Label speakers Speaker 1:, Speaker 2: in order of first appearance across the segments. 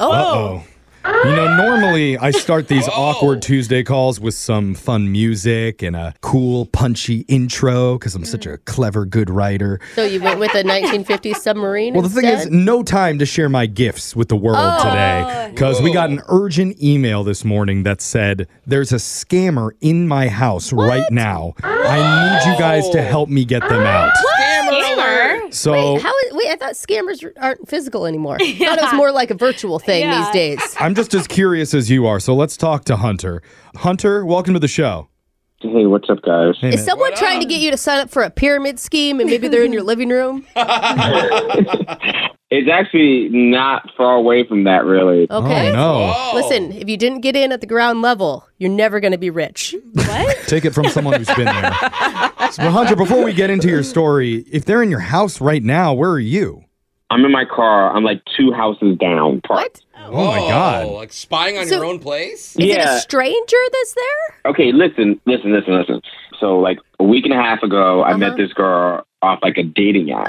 Speaker 1: Oh.
Speaker 2: You know, normally I start these awkward Tuesday calls with some fun music and a cool, punchy intro because I'm such
Speaker 1: Mm.
Speaker 2: a clever, good writer.
Speaker 1: So you went with a 1950s submarine?
Speaker 2: Well, the thing is, no time to share my gifts with the world
Speaker 1: Oh.
Speaker 2: today because we got an urgent email this morning that said, There's a scammer in my house right now. I need you guys to help me get them out.
Speaker 3: Hammer.
Speaker 2: So,
Speaker 1: Oh. Wait, how is, wait, I thought scammers aren't physical anymore. I thought it was more like a virtual thing
Speaker 3: Yeah.
Speaker 1: these days.
Speaker 2: I'm just as curious as you are, so let's talk to Hunter. Hunter, welcome to the show.
Speaker 4: Hey, what's up, guys?
Speaker 2: Hey,
Speaker 1: Is
Speaker 2: man.
Speaker 1: someone trying to get you to sign up for a pyramid scheme and maybe they're in your living room?
Speaker 4: It's actually not far away from that, really.
Speaker 1: Okay.
Speaker 2: Oh no!
Speaker 3: Oh.
Speaker 1: Listen, if you didn't get in at the ground level, you're never going to be rich.
Speaker 3: What?
Speaker 2: Take it from someone who's been there. So, Hunter, before we get into your story, if they're in your house right now, where are you?
Speaker 4: I'm in my car. I'm like two houses down.
Speaker 1: What?
Speaker 4: parked.
Speaker 2: Oh, my
Speaker 3: Whoa,
Speaker 2: God!
Speaker 3: Like spying on
Speaker 1: So-
Speaker 3: your own place?
Speaker 1: Is it
Speaker 4: Yeah.
Speaker 1: a stranger that's there?
Speaker 4: Okay, listen, listen, listen, listen. So, like a week and a half ago, I
Speaker 1: Uh-huh.
Speaker 4: met this girl off like a dating app.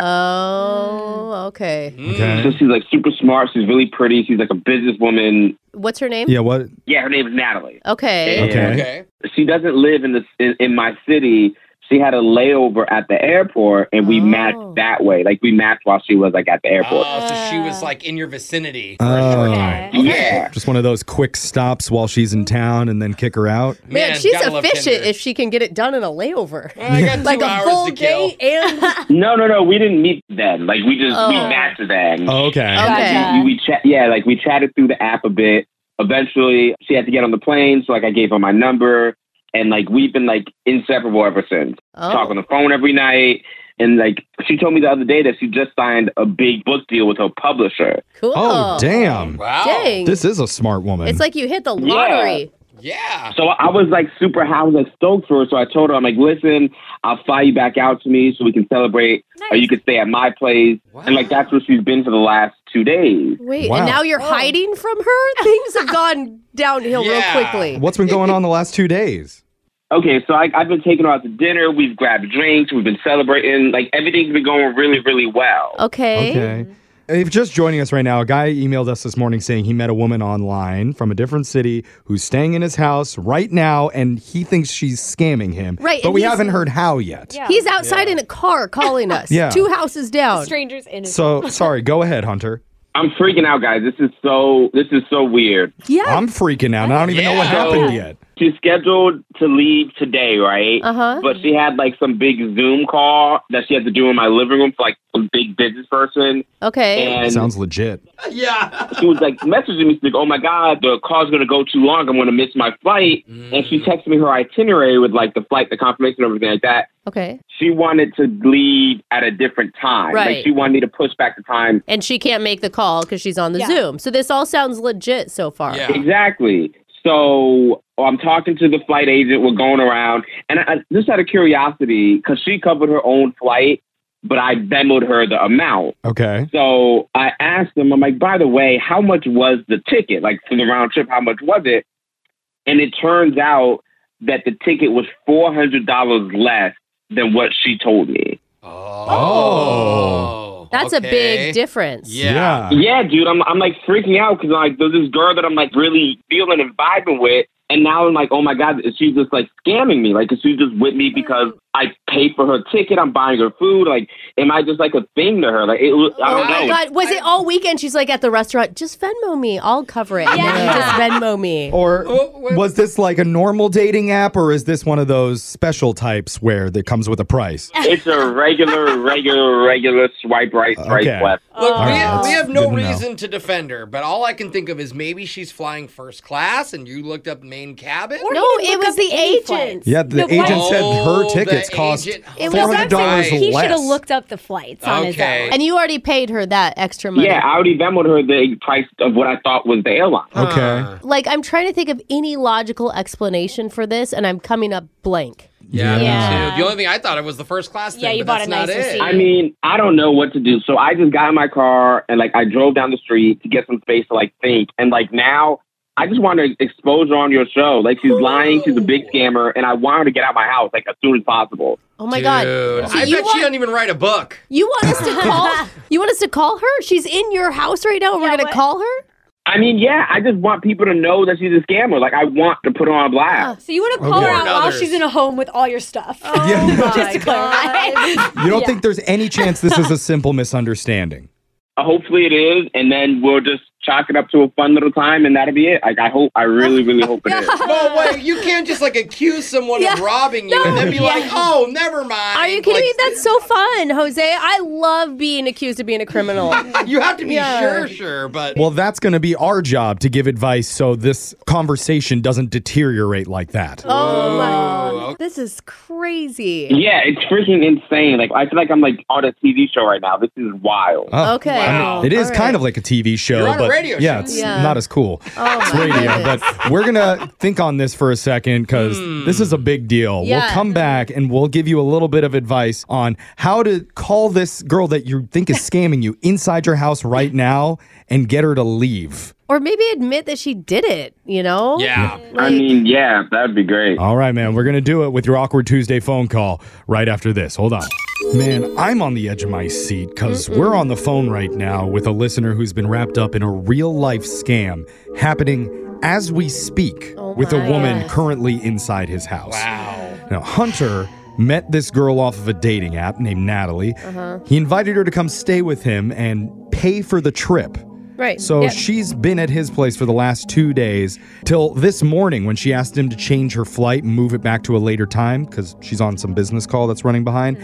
Speaker 1: Oh, okay.
Speaker 3: Hmm,
Speaker 2: Okay.
Speaker 4: so she's like super smart. She's really pretty. She's like a businesswoman.
Speaker 1: What's her name?
Speaker 2: Yeah. What?
Speaker 4: Yeah, her name is Natalie.
Speaker 1: Okay.
Speaker 4: Yeah.
Speaker 2: Okay.
Speaker 3: Okay.
Speaker 4: She doesn't live in the in, in my city. She had a layover at the airport, and we
Speaker 1: Oh.
Speaker 4: matched that way. Like we matched while she was like at the airport.
Speaker 3: Oh, so she
Speaker 1: Uh,
Speaker 3: was like in your vicinity.
Speaker 2: Oh.
Speaker 4: yeah.
Speaker 2: Just one of those quick stops while she's in town, and then kick her out.
Speaker 1: Man,
Speaker 3: Man,
Speaker 1: she's
Speaker 3: gotta love
Speaker 1: efficient
Speaker 3: Tinder. Oh,
Speaker 1: if she can get it done in a layover.
Speaker 3: I got two
Speaker 1: like a
Speaker 3: hours
Speaker 1: full
Speaker 3: to kill.
Speaker 1: day and
Speaker 4: No, no, no. We didn't meet then. Like we just we
Speaker 1: Oh.
Speaker 4: matched then.
Speaker 2: Oh, okay.
Speaker 1: Okay.
Speaker 4: We, we chat. Yeah, like we chatted through the app a bit. Eventually, she had to get on the plane, so like I gave her my number, and like we've been like inseparable ever since.
Speaker 1: Oh.
Speaker 4: Talk on the phone every night, and like she told me the other day that she just signed a big book deal with her publisher.
Speaker 1: cool.
Speaker 2: Oh damn!
Speaker 3: Wow.
Speaker 1: Dang.
Speaker 2: This is a smart woman.
Speaker 1: It's like you hit the lottery.
Speaker 3: Yeah.
Speaker 4: So I was like super, I was like stoked for her. So I told her, I'm like, listen, I'll fly you back out to me so we can celebrate, or you can stay at my place, and like that's where she's been for the last two days.
Speaker 1: Wait,
Speaker 2: Wow.
Speaker 1: and now you're hiding from her? Things have gone downhill
Speaker 3: Yeah.
Speaker 1: real quickly.
Speaker 2: What's been going on the last two days?
Speaker 4: Okay, so I, I've been taking her out to dinner. We've grabbed drinks. We've been celebrating. Like everything's been going really, really well.
Speaker 1: Okay.
Speaker 2: Okay. If just joining us right now, a guy emailed us this morning saying he met a woman online from a different city who's staying in his house right now, and he thinks she's scamming him.
Speaker 1: Right,
Speaker 2: but
Speaker 1: and
Speaker 2: we
Speaker 1: he's-
Speaker 2: haven't heard how yet.
Speaker 5: Yeah.
Speaker 1: He's outside in a car calling us.
Speaker 2: Yeah.
Speaker 1: Two houses down.
Speaker 5: strangers in his
Speaker 2: So sorry. Go ahead, Hunter.
Speaker 4: I'm freaking out, guys. This is so. This is so weird.
Speaker 1: Yeah.
Speaker 2: I'm freaking out. and I don't even know what
Speaker 3: Yeah.
Speaker 2: happened yet.
Speaker 4: She's scheduled to leave today, right?
Speaker 1: Uh-huh.
Speaker 4: But she had like some big Zoom call that she had to do in my living room for like some big business person,
Speaker 1: Okay.
Speaker 4: and
Speaker 2: Sounds legit.
Speaker 3: Yeah.
Speaker 4: she was like messaging me, she's like, "Oh my god, the call's gonna go too long. I'm gonna miss my flight." And she texted me her itinerary with like the flight, the confirmation, everything like that.
Speaker 1: Okay.
Speaker 4: she wanted to leave at a different time.
Speaker 1: Right.
Speaker 4: Like she wanted me to push back the time.
Speaker 1: And she can't make the call because she's on the
Speaker 5: Yeah.
Speaker 1: Zoom. So this all sounds legit so far.
Speaker 3: Yeah.
Speaker 4: Exactly. So I'm talking to the flight agent. We're going around, and I, I just out of curiosity, because she covered her own flight, but I demoed her the amount.
Speaker 2: Okay.
Speaker 4: So I asked them, I'm like, by the way, how much was the ticket? Like for the round trip, how much was it? And it turns out that the ticket was four hundred dollars less than what she told me.
Speaker 3: Oh.
Speaker 1: That's a
Speaker 3: Okay.
Speaker 1: big difference.
Speaker 2: Uh,
Speaker 3: Yeah.
Speaker 4: Yeah, dude, I'm I'm like freaking out because like there's this girl that I'm like really feeling and vibing with, and now I'm like, oh my god, she's just like scamming me. Like, is she just with me because I paid for her ticket? I'm buying her food. Like, am I just like a thing to her? Like, it, was- I
Speaker 1: Oh
Speaker 4: don't
Speaker 1: my
Speaker 4: know.
Speaker 1: God! Was it all weekend? She's like at the restaurant. Just Venmo me. I'll cover it. And then you
Speaker 5: Yeah.
Speaker 1: just Venmo me.
Speaker 2: Or
Speaker 3: Oh, wait.
Speaker 2: was this like a normal dating app, or is this one of those special types where that comes with a price?
Speaker 4: It's a regular, regular, regular swipe right, swipe
Speaker 2: Okay.
Speaker 4: left.
Speaker 3: Look,
Speaker 2: All
Speaker 3: we,
Speaker 2: right, that's
Speaker 3: we have no
Speaker 2: good to know.
Speaker 3: reason to defend her, but all I can think of is maybe she's flying first class and you looked up main cabin.
Speaker 5: Or
Speaker 1: No,
Speaker 5: he didn't
Speaker 1: it
Speaker 5: look
Speaker 1: was
Speaker 5: up
Speaker 1: the
Speaker 5: any
Speaker 1: agent.
Speaker 5: flights.
Speaker 2: Yeah, the
Speaker 5: But why-
Speaker 2: agent said her
Speaker 3: Oh, the
Speaker 2: tickets cost
Speaker 3: agent-
Speaker 2: four
Speaker 3: It
Speaker 5: It
Speaker 3: was-
Speaker 2: hundred dollars
Speaker 3: Right.
Speaker 2: less.
Speaker 5: He should have looked up the flights on his
Speaker 3: Okay.
Speaker 5: own.
Speaker 1: And you already paid her that extra money.
Speaker 4: Yeah, I already demoed her the price of what I thought was the airline.
Speaker 3: Ah.
Speaker 2: Okay.
Speaker 1: Like I'm trying to think of any logical explanation for this, and I'm coming up blank.
Speaker 3: Yeah,
Speaker 5: Yeah.
Speaker 3: Me too. The only thing I thought it was the first class thing.
Speaker 5: Yeah, you
Speaker 3: but that's
Speaker 5: bought a
Speaker 3: not
Speaker 5: nicer
Speaker 3: it.
Speaker 5: seat.
Speaker 4: I mean, I don't know what to do. So I just got in my car and like I drove down the street to get some space to like think. And like now, I just want to expose her on your show. Like she's lying, she's a big scammer, and I want her to get out of my house like as soon as possible.
Speaker 1: Oh my God!
Speaker 3: Dude,
Speaker 1: So
Speaker 3: I
Speaker 1: you
Speaker 3: bet she
Speaker 1: want-
Speaker 3: doesn't even write a book.
Speaker 1: You want us to call? you want us to call her? She's in your house right now, and we're
Speaker 5: Yeah,
Speaker 1: gonna
Speaker 5: what-
Speaker 1: call her?
Speaker 4: I mean, yeah, I just want people to know that she's a scammer. Like, I want to put her on blast.
Speaker 5: So you want to call
Speaker 2: Okay.
Speaker 5: her out while
Speaker 3: Others.
Speaker 5: she's in a home with all your stuff. Oh
Speaker 2: Yeah.
Speaker 5: Just to clarify.
Speaker 2: You don't think there's any chance this is a simple misunderstanding?
Speaker 4: Uh, Hopefully, it is, and then we'll just chalk it up to a fun little time, and that'll be it. Like, I hope, I really, really hope it is.
Speaker 3: Well, wait, you can't just like accuse someone of
Speaker 5: Yeah.
Speaker 3: robbing you and then be like, oh, never mind.
Speaker 1: Are you kidding
Speaker 3: Like,
Speaker 1: me? That's so fun, Jose. I love being accused of being a criminal.
Speaker 3: you have to be
Speaker 1: Yeah.
Speaker 3: sure, sure, but
Speaker 2: Well, that's going to be our job to give advice so this conversation doesn't deteriorate like that.
Speaker 1: oh my. This is crazy.
Speaker 4: Yeah, it's freaking insane. Like, I feel like I'm like on a TV show right now. This is wild.
Speaker 2: Oh,
Speaker 1: Okay.
Speaker 3: Wow.
Speaker 2: It is
Speaker 1: All
Speaker 2: kind
Speaker 1: right.
Speaker 2: of like a TV show,
Speaker 3: You're on a
Speaker 2: but
Speaker 3: radio
Speaker 2: yeah,
Speaker 3: show.
Speaker 2: it's
Speaker 1: Yeah.
Speaker 2: not as cool.
Speaker 1: Oh,
Speaker 2: it's
Speaker 1: my
Speaker 2: radio,
Speaker 1: goodness. Hmm.
Speaker 2: but we're gonna think on this for a second because this is a big deal. We'll
Speaker 1: Yeah.
Speaker 2: come back and we'll give you a little bit of advice on how to call this girl that you think is scamming you inside your house right now and get her to leave.
Speaker 1: Or maybe admit that she did it, you know?
Speaker 3: yeah.
Speaker 4: I
Speaker 1: Like-
Speaker 4: mean, yeah, that'd be great.
Speaker 2: All right, man, we're gonna do it with your awkward Tuesday phone call right after this. Hold on. Man, I'm on the edge of my seat because we're on the phone right now with a listener who's been wrapped up in a real life scam happening as we speak
Speaker 1: Oh
Speaker 2: with a
Speaker 1: my
Speaker 2: woman
Speaker 1: goodness.
Speaker 2: currently inside his house.
Speaker 3: Wow.
Speaker 2: Now, Hunter met this girl off of a dating app named Natalie.
Speaker 1: Uh-huh.
Speaker 2: He invited her to come stay with him and pay for the trip.
Speaker 1: Right.
Speaker 2: So
Speaker 1: Yeah.
Speaker 2: she's been at his place for the last two days till this morning when she asked him to change her flight and move it back to a later time because she's on some business call that's running behind.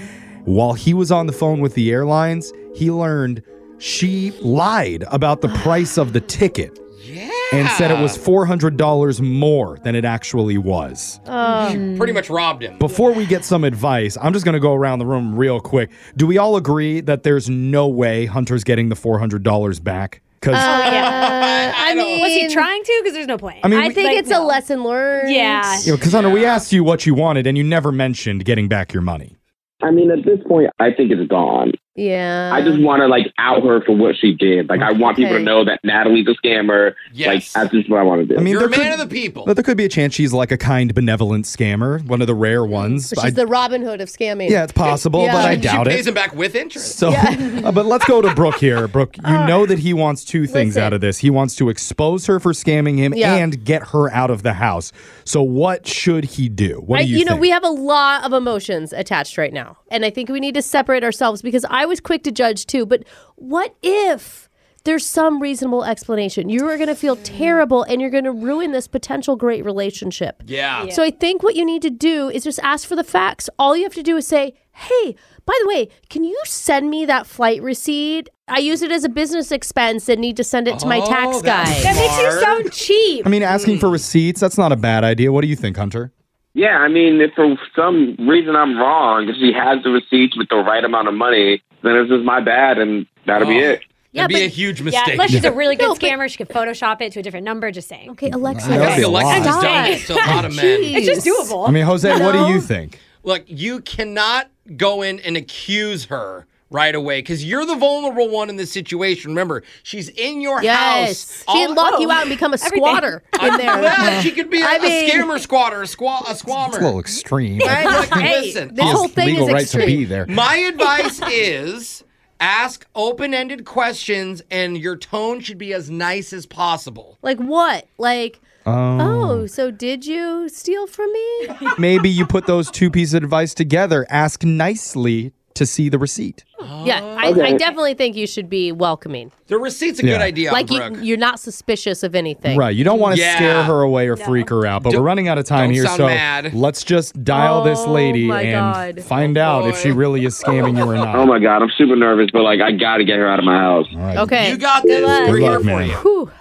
Speaker 2: While he was on the phone with the airlines, he learned she lied about the price of the ticket
Speaker 3: Yeah.
Speaker 2: and said it was $400 more than it actually was.
Speaker 1: Oh, Um,
Speaker 3: pretty much robbed him.
Speaker 2: Before we get some advice, I'm just going to go around the room real quick. Do we all agree that there's no way Hunter's getting the $400 back? Because
Speaker 1: uh, I,
Speaker 3: I don't-
Speaker 1: mean,
Speaker 3: Was
Speaker 5: Was he trying to? Because there's no plan.
Speaker 2: I mean,
Speaker 1: I
Speaker 2: we-
Speaker 1: think
Speaker 5: Like,
Speaker 1: it's a
Speaker 5: no.
Speaker 1: lesson learned.
Speaker 5: Yeah.
Speaker 2: you know, 'cause, Hunter, we asked you what you wanted, and you never mentioned getting back your money.
Speaker 4: I mean, at this point, I think it's gone.
Speaker 1: Yeah.
Speaker 4: I
Speaker 3: Mm.
Speaker 4: just want to like out her for what she did. Like, I want people
Speaker 1: Okay.
Speaker 4: to know that Natalie's a scammer. Like,
Speaker 3: Yes.
Speaker 4: that's just what I want to do.
Speaker 2: I mean,
Speaker 3: You're a
Speaker 2: there
Speaker 3: man
Speaker 2: could-
Speaker 3: of the people.
Speaker 2: But there could be a chance she's like a kind, benevolent scammer, one of the rare ones.
Speaker 1: Mm-hmm. But
Speaker 2: I-
Speaker 1: she's the Robin Hood of scamming.
Speaker 2: yeah, it's possible,
Speaker 1: Yeah.
Speaker 2: but I
Speaker 1: She-
Speaker 2: doubt
Speaker 3: she
Speaker 2: it.
Speaker 3: pays him back with interest.
Speaker 2: So, uh, but let's go to Brooke here. Brooke, you know that he wants two things
Speaker 1: Uh, Listen.
Speaker 2: out of this. He wants to expose her for scamming him
Speaker 1: Yeah.
Speaker 2: and get her out of the house. So, what should he do? What
Speaker 1: I,
Speaker 2: do you,
Speaker 1: you, know,
Speaker 2: think?
Speaker 1: we have a lot of emotions attached right now. And I think we need to separate ourselves because I was quick to judge too. But what if there's some reasonable explanation? You are going to feel terrible and you're going to ruin this potential great relationship.
Speaker 3: yeah.
Speaker 1: So I think what you need to do is just ask for the facts. All you have to do is say, hey, by the way, can you send me that flight receipt? I use it as a business expense and need to send it to my
Speaker 3: Oh,
Speaker 1: tax guy.
Speaker 3: that's-
Speaker 5: that makes you sound cheap.
Speaker 2: I mean, asking
Speaker 1: Hmm.
Speaker 2: for receipts, that's not a bad idea. What do you think, Hunter?
Speaker 4: Yeah, I mean, if for some reason I'm wrong, if she has the receipts with the right amount of money, then it's just my bad, and that'll be
Speaker 3: Oh.
Speaker 4: it.
Speaker 1: Yeah,
Speaker 3: That'd be
Speaker 1: but-
Speaker 3: a huge
Speaker 5: Yeah,
Speaker 3: mistake.
Speaker 5: unless she's a really good
Speaker 1: No, but-
Speaker 5: scammer, she could Photoshop it to a different number. Just saying,
Speaker 1: Okay, Alexa.
Speaker 2: I
Speaker 3: I
Speaker 2: That's a
Speaker 3: feel like
Speaker 2: lot.
Speaker 3: she's done it
Speaker 1: Stop.
Speaker 3: to a lot of men.
Speaker 5: it's just
Speaker 1: Jeez.
Speaker 5: doable.
Speaker 2: I mean, Jose, what do you think?
Speaker 3: Look, you cannot go in and accuse her right away because you're the vulnerable one in this situation. Remember, she's in your
Speaker 1: Yes.
Speaker 3: house.
Speaker 1: She'd
Speaker 3: All-
Speaker 1: lock you out and become a squatter in
Speaker 3: Well,
Speaker 1: there.
Speaker 3: she could be a,
Speaker 1: I
Speaker 3: a
Speaker 1: mean-
Speaker 3: scammer squatter, a, squaw, a
Speaker 2: It's
Speaker 3: squammer.
Speaker 2: a little extreme.
Speaker 3: Like,
Speaker 1: Hey,
Speaker 3: listen,
Speaker 1: this
Speaker 3: all-
Speaker 1: whole thing
Speaker 2: legal
Speaker 1: is
Speaker 2: right to be
Speaker 1: extreme.
Speaker 2: there.
Speaker 3: My advice is ask open-ended questions and your tone should be as nice as possible.
Speaker 1: Like what? Like,
Speaker 2: Um,
Speaker 1: oh, so did you steal from me?
Speaker 2: Maybe you put those two pieces of advice together. Ask nicely to see the receipt.
Speaker 3: Oh.
Speaker 1: yeah, I, I definitely think you should be welcoming.
Speaker 3: The receipt's a
Speaker 2: Yeah.
Speaker 3: good idea,
Speaker 1: like
Speaker 3: Brooke.
Speaker 1: you, you're not suspicious of anything.
Speaker 2: Right. You don't want to
Speaker 3: Yeah.
Speaker 2: scare her away or freak her out, but we're running out of time
Speaker 3: don't
Speaker 2: here,
Speaker 3: sound
Speaker 2: so
Speaker 3: mad.
Speaker 2: let's just dial this
Speaker 1: Oh
Speaker 2: lady
Speaker 1: my
Speaker 2: and
Speaker 1: God.
Speaker 2: find out if she
Speaker 3: Oh, boy.
Speaker 2: really is scamming you or not.
Speaker 4: Oh my god, I'm super nervous, but like, I gotta get her out of my house.
Speaker 2: All right.
Speaker 1: Okay.
Speaker 3: You got this.
Speaker 1: luck.
Speaker 3: We're
Speaker 2: Good
Speaker 3: here
Speaker 2: luck,
Speaker 3: for
Speaker 2: man.
Speaker 3: you.
Speaker 1: Whew.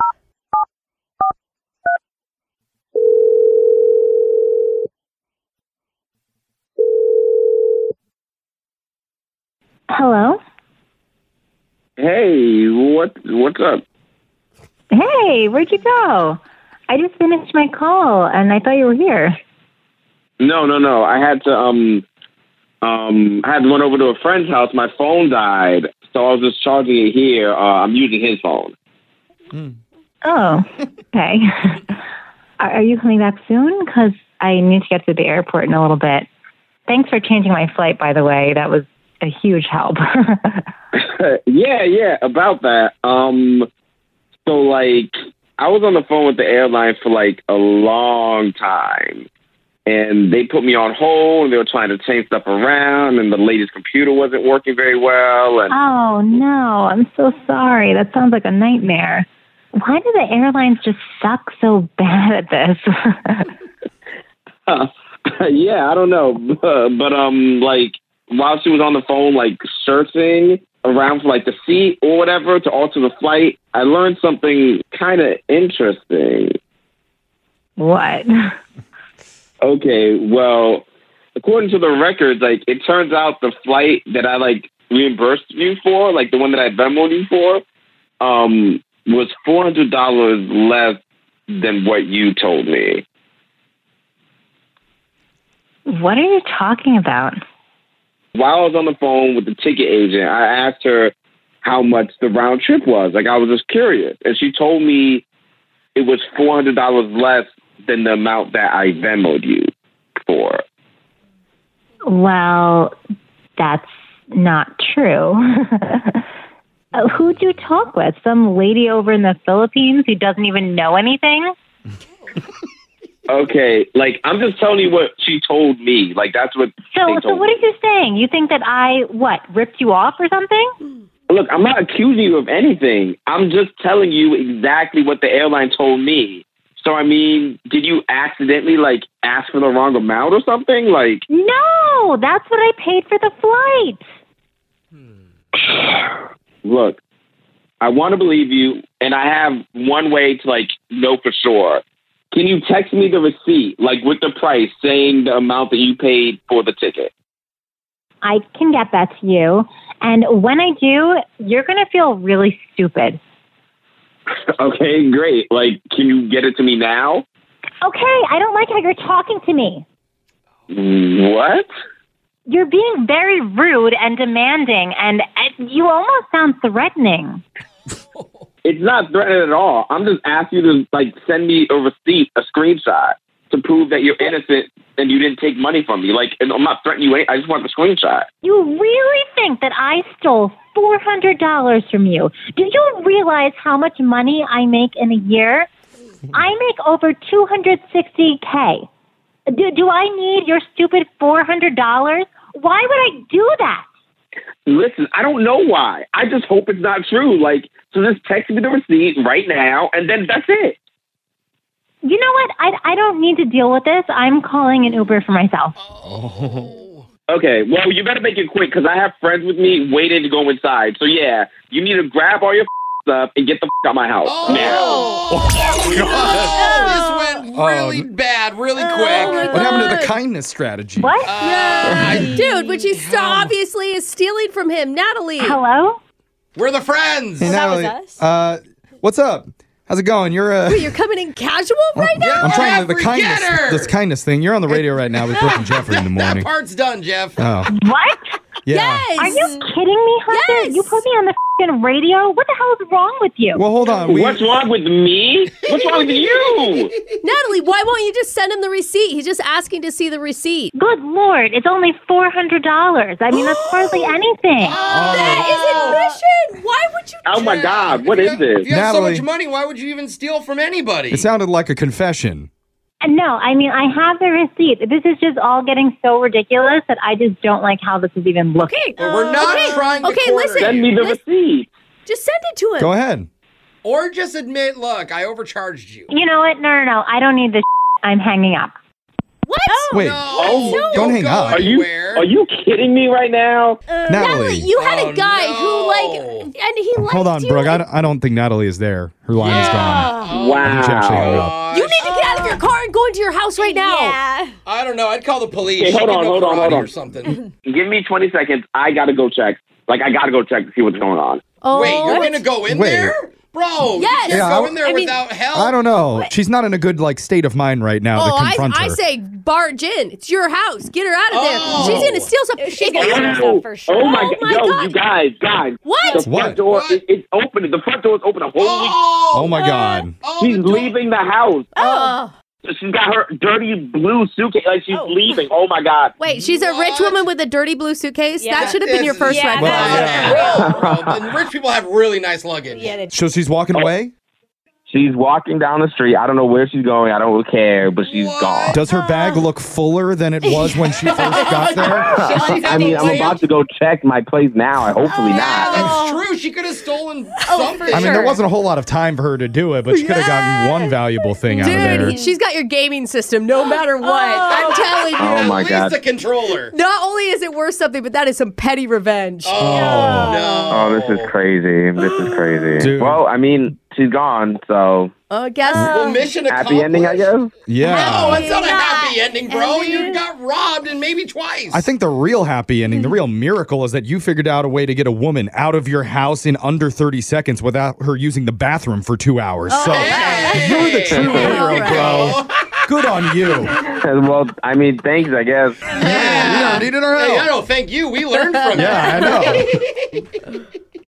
Speaker 6: Hello.
Speaker 4: Hey, what what's up?
Speaker 6: Hey, where'd you go? I just finished my call and I thought you were here.
Speaker 4: No, no, no. I had to um um I had to run over to a friend's house. My phone died, so I was just charging it here. Uh, I'm using his phone.
Speaker 6: Oh, okay. are, are you coming back soon? Because I need to get to the airport in a little bit. Thanks for changing my flight, by the way. That was a huge help.
Speaker 4: yeah, yeah. About that. Um, so like, I was on the phone with the airline for like a long time. And they put me on hold and they were trying to change stuff around and the lady's computer wasn't working very well and
Speaker 6: Oh, no. I'm so sorry. That sounds like a nightmare. Why do the airlines just suck so bad at this?
Speaker 4: yeah, I don't know. but um like while she was on the phone like searching around for like the seat or whatever to alter the flight, I learned something kind of interesting.
Speaker 6: what?
Speaker 4: Okay, well, according to the records, like it turns out the flight that I like reimbursed you for, like the one that I Venmoed you for, um, was four hundred dollars less than what you told me.
Speaker 6: What are you talking about?
Speaker 4: While I was on the phone with the ticket agent, I asked her how much the round trip was. Like I was just curious, and she told me it was four hundred dollars less than the amount that I Venmoed you for.
Speaker 6: Well, that's not true. Uh, Who'd you talk with? Some lady over in the Philippines who doesn't even know anything?
Speaker 4: Okay, like I'm just telling you what she told me. Like that's what.
Speaker 6: So,
Speaker 4: they
Speaker 6: so
Speaker 4: told
Speaker 6: what
Speaker 4: me.
Speaker 6: are you saying? You think that I, what, ripped you off or something?
Speaker 4: Look, I'm not accusing you of anything. I'm just telling you exactly what the airline told me. So I mean, did you accidentally like ask for the wrong amount or something? Like,
Speaker 6: No, that's what I paid for the flight.
Speaker 4: look, I want to believe you, and I have one way to like know for sure. Can you text me the receipt, like with the price, saying the amount that you paid for the ticket?
Speaker 6: I can get that to you. And when I do, you're going to feel really stupid.
Speaker 4: okay, great. Like, can you get it to me now?
Speaker 6: Okay, I don't like how you're talking to me.
Speaker 4: What?
Speaker 6: You're being very rude and demanding, and uh, you almost sound threatening.
Speaker 4: It's not threatening at all. I'm just asking you to like send me a receipt, a screenshot to prove that you're innocent and you didn't take money from me. Like, and I'm not threatening you. any- I just want the screenshot.
Speaker 6: You really think that I stole $400 from you? Do you realize how much money I make in a year? I make over 260K. Do, do I need your stupid $400? Why would I do that?
Speaker 4: Listen, I don't know why. I just hope it's not true. Like, so just text me the receipt right now, and then that's it.
Speaker 6: You know what? I, I don't need to deal with this. I'm calling an Uber for myself.
Speaker 4: Okay. Well, you better make it quick because I have friends with me waiting to go inside. So yeah, you need to grab all your stuff and get the out of my house now.
Speaker 3: Oh, this went really bad, really
Speaker 1: Oh,
Speaker 3: quick.
Speaker 2: Um, What happened to the kindness strategy?
Speaker 6: What?
Speaker 3: Uh,
Speaker 1: Dude, which he so obviously is stealing from him. Natalie.
Speaker 6: Hello?
Speaker 3: We're the friends.
Speaker 2: Hey,
Speaker 5: that was
Speaker 2: Natalie,
Speaker 5: us.
Speaker 2: Uh, what's up? How's it going? You're uh,
Speaker 1: You're coming in casual
Speaker 2: Oh,
Speaker 1: right now?
Speaker 2: I'm trying to the
Speaker 3: Jeffrey, get
Speaker 2: kindness,
Speaker 3: her!
Speaker 2: this kindness thing. You're on the radio right now with Brooke and Jeffrey in the
Speaker 3: That
Speaker 2: morning.
Speaker 3: part's done, Jeff.
Speaker 2: Oh,
Speaker 6: What?
Speaker 2: yeah.
Speaker 1: Yes.
Speaker 6: Are you kidding me, Hunter?
Speaker 1: Yes.
Speaker 6: You put me on the fing radio? What the hell is wrong with you?
Speaker 2: Well, hold on. We,
Speaker 4: What's wrong with me? What's wrong with you?
Speaker 1: Natalie, why won't you just send him the receipt? He's just asking to see the receipt.
Speaker 6: Good lord, it's only $400. I mean, that's hardly anything.
Speaker 3: Oh. Um,
Speaker 1: That is admission. Why would you
Speaker 4: Oh my God, what is
Speaker 3: If
Speaker 4: this?
Speaker 3: you have so
Speaker 2: Natalie.
Speaker 3: much money, why would you even steal from anybody?
Speaker 2: it sounded like a confession.
Speaker 6: No, I mean, I have the receipt. This is just all getting so ridiculous that I just don't like how this is even looking.
Speaker 3: But we're not trying to
Speaker 1: okay,
Speaker 3: corner
Speaker 1: listen.
Speaker 3: you.
Speaker 4: Send me the
Speaker 1: Let's-
Speaker 4: receipt.
Speaker 1: Just send it to him.
Speaker 2: Go ahead.
Speaker 3: Or just admit, look, I overcharged you.
Speaker 6: You know what? No, no, no. I don't need this. I'm hanging up.
Speaker 1: What?
Speaker 2: Wait,
Speaker 3: Oh,
Speaker 1: No.
Speaker 2: Don't hang
Speaker 3: go
Speaker 2: up.
Speaker 4: Are you
Speaker 3: anywhere.
Speaker 4: are you kidding me right now?
Speaker 2: Natalie.
Speaker 1: You had
Speaker 3: Oh,
Speaker 1: a guy
Speaker 3: no.
Speaker 1: who like, and he liked
Speaker 2: hold on,
Speaker 1: you.
Speaker 2: Brooke. I don't, I don't think Natalie is there. Her line is gone. think she actually hung
Speaker 3: Wow.
Speaker 2: up.
Speaker 1: You need to get out of your car and go into your house right now.
Speaker 5: Yeah.
Speaker 3: I don't know. I'd call the police.
Speaker 4: Hey,
Speaker 3: She
Speaker 4: hold
Speaker 3: could
Speaker 4: on,
Speaker 3: know
Speaker 4: hold on,
Speaker 3: karate
Speaker 4: hold on.
Speaker 3: Or something.
Speaker 4: Give me 20 seconds. I gotta go check. Like, I gotta go check to see what's going on.
Speaker 1: Oh,
Speaker 3: Wait, you're gonna go in
Speaker 2: Wait.
Speaker 3: there, bro?
Speaker 1: Yes.
Speaker 3: You can't
Speaker 2: Yeah,
Speaker 3: go
Speaker 2: I-
Speaker 3: in there
Speaker 1: I mean-
Speaker 3: without help.
Speaker 2: I don't know. She's not in a good like state of mind right now
Speaker 1: Oh,
Speaker 2: to
Speaker 1: I,
Speaker 2: confront
Speaker 1: I
Speaker 2: her.
Speaker 1: say barge in. It's your house. Get her out of
Speaker 3: Oh.
Speaker 1: there. She's gonna steal something.
Speaker 5: She's gonna steal
Speaker 1: It's-
Speaker 5: something. Oh, for sure.
Speaker 4: Oh my,
Speaker 1: Oh,
Speaker 4: god.
Speaker 1: my
Speaker 4: Yo,
Speaker 1: God.
Speaker 4: you guys, guys.
Speaker 1: What?
Speaker 4: The front
Speaker 2: What?
Speaker 4: door
Speaker 3: What?
Speaker 4: is it's open. The front door is open. Holy
Speaker 3: Oh,
Speaker 2: Oh my god.
Speaker 3: oh,
Speaker 4: She's
Speaker 3: the door-
Speaker 4: leaving the house.
Speaker 1: Oh.
Speaker 4: She's got her dirty blue suitcase. Like, she's leaving. Oh my god.
Speaker 1: Wait, she's a rich
Speaker 3: What?
Speaker 1: woman with a dirty blue suitcase.
Speaker 5: Yeah.
Speaker 1: That should have been your
Speaker 3: This
Speaker 1: first
Speaker 3: is-
Speaker 1: red
Speaker 5: yeah,
Speaker 2: Well,
Speaker 1: flag.
Speaker 5: that
Speaker 3: Yeah. Bro, and rich people have really nice luggage.
Speaker 5: yeah.
Speaker 2: So she's walking away.
Speaker 7: She's walking down the street. I don't know where she's going. I don't care, but she's gone.
Speaker 2: Does her bag look fuller than it was when she first got there?
Speaker 7: I mean, I'm about to go check my place now. and Hopefully not.
Speaker 3: That's true. She could have stolen something.
Speaker 2: I mean, there wasn't a whole lot of time for her to do it, but she could have gotten one valuable thing out of there.
Speaker 1: Dude, she's got your gaming system no matter what. I'm telling you.
Speaker 7: Oh my
Speaker 3: At least
Speaker 7: god.
Speaker 3: a controller.
Speaker 1: Not only is it worth something, but that is some petty revenge.
Speaker 3: Oh, no.
Speaker 7: Oh, this is crazy. This is crazy.
Speaker 2: Dude.
Speaker 7: Well, I mean, she's gone, so
Speaker 1: Oh, I guess.
Speaker 3: Well, mission
Speaker 7: happy
Speaker 3: accomplished.
Speaker 7: ending, I guess.
Speaker 2: Yeah.
Speaker 3: No, it's not a happy ending, bro.
Speaker 8: Ending.
Speaker 3: You got robbed and maybe twice.
Speaker 2: I think the real happy ending, the real miracle is that you figured out a way to get a woman out of your house in under 30 seconds without her using the bathroom for two hours. So
Speaker 3: Hey!
Speaker 2: you're the true
Speaker 1: Yeah,
Speaker 2: hero, bro.
Speaker 1: right.
Speaker 2: Good on you.
Speaker 7: Well, I mean, thanks, I guess.
Speaker 2: Yeah, you needed our
Speaker 3: Hey, I
Speaker 2: help.
Speaker 3: don't thank you. We learned from
Speaker 2: Yeah, I know.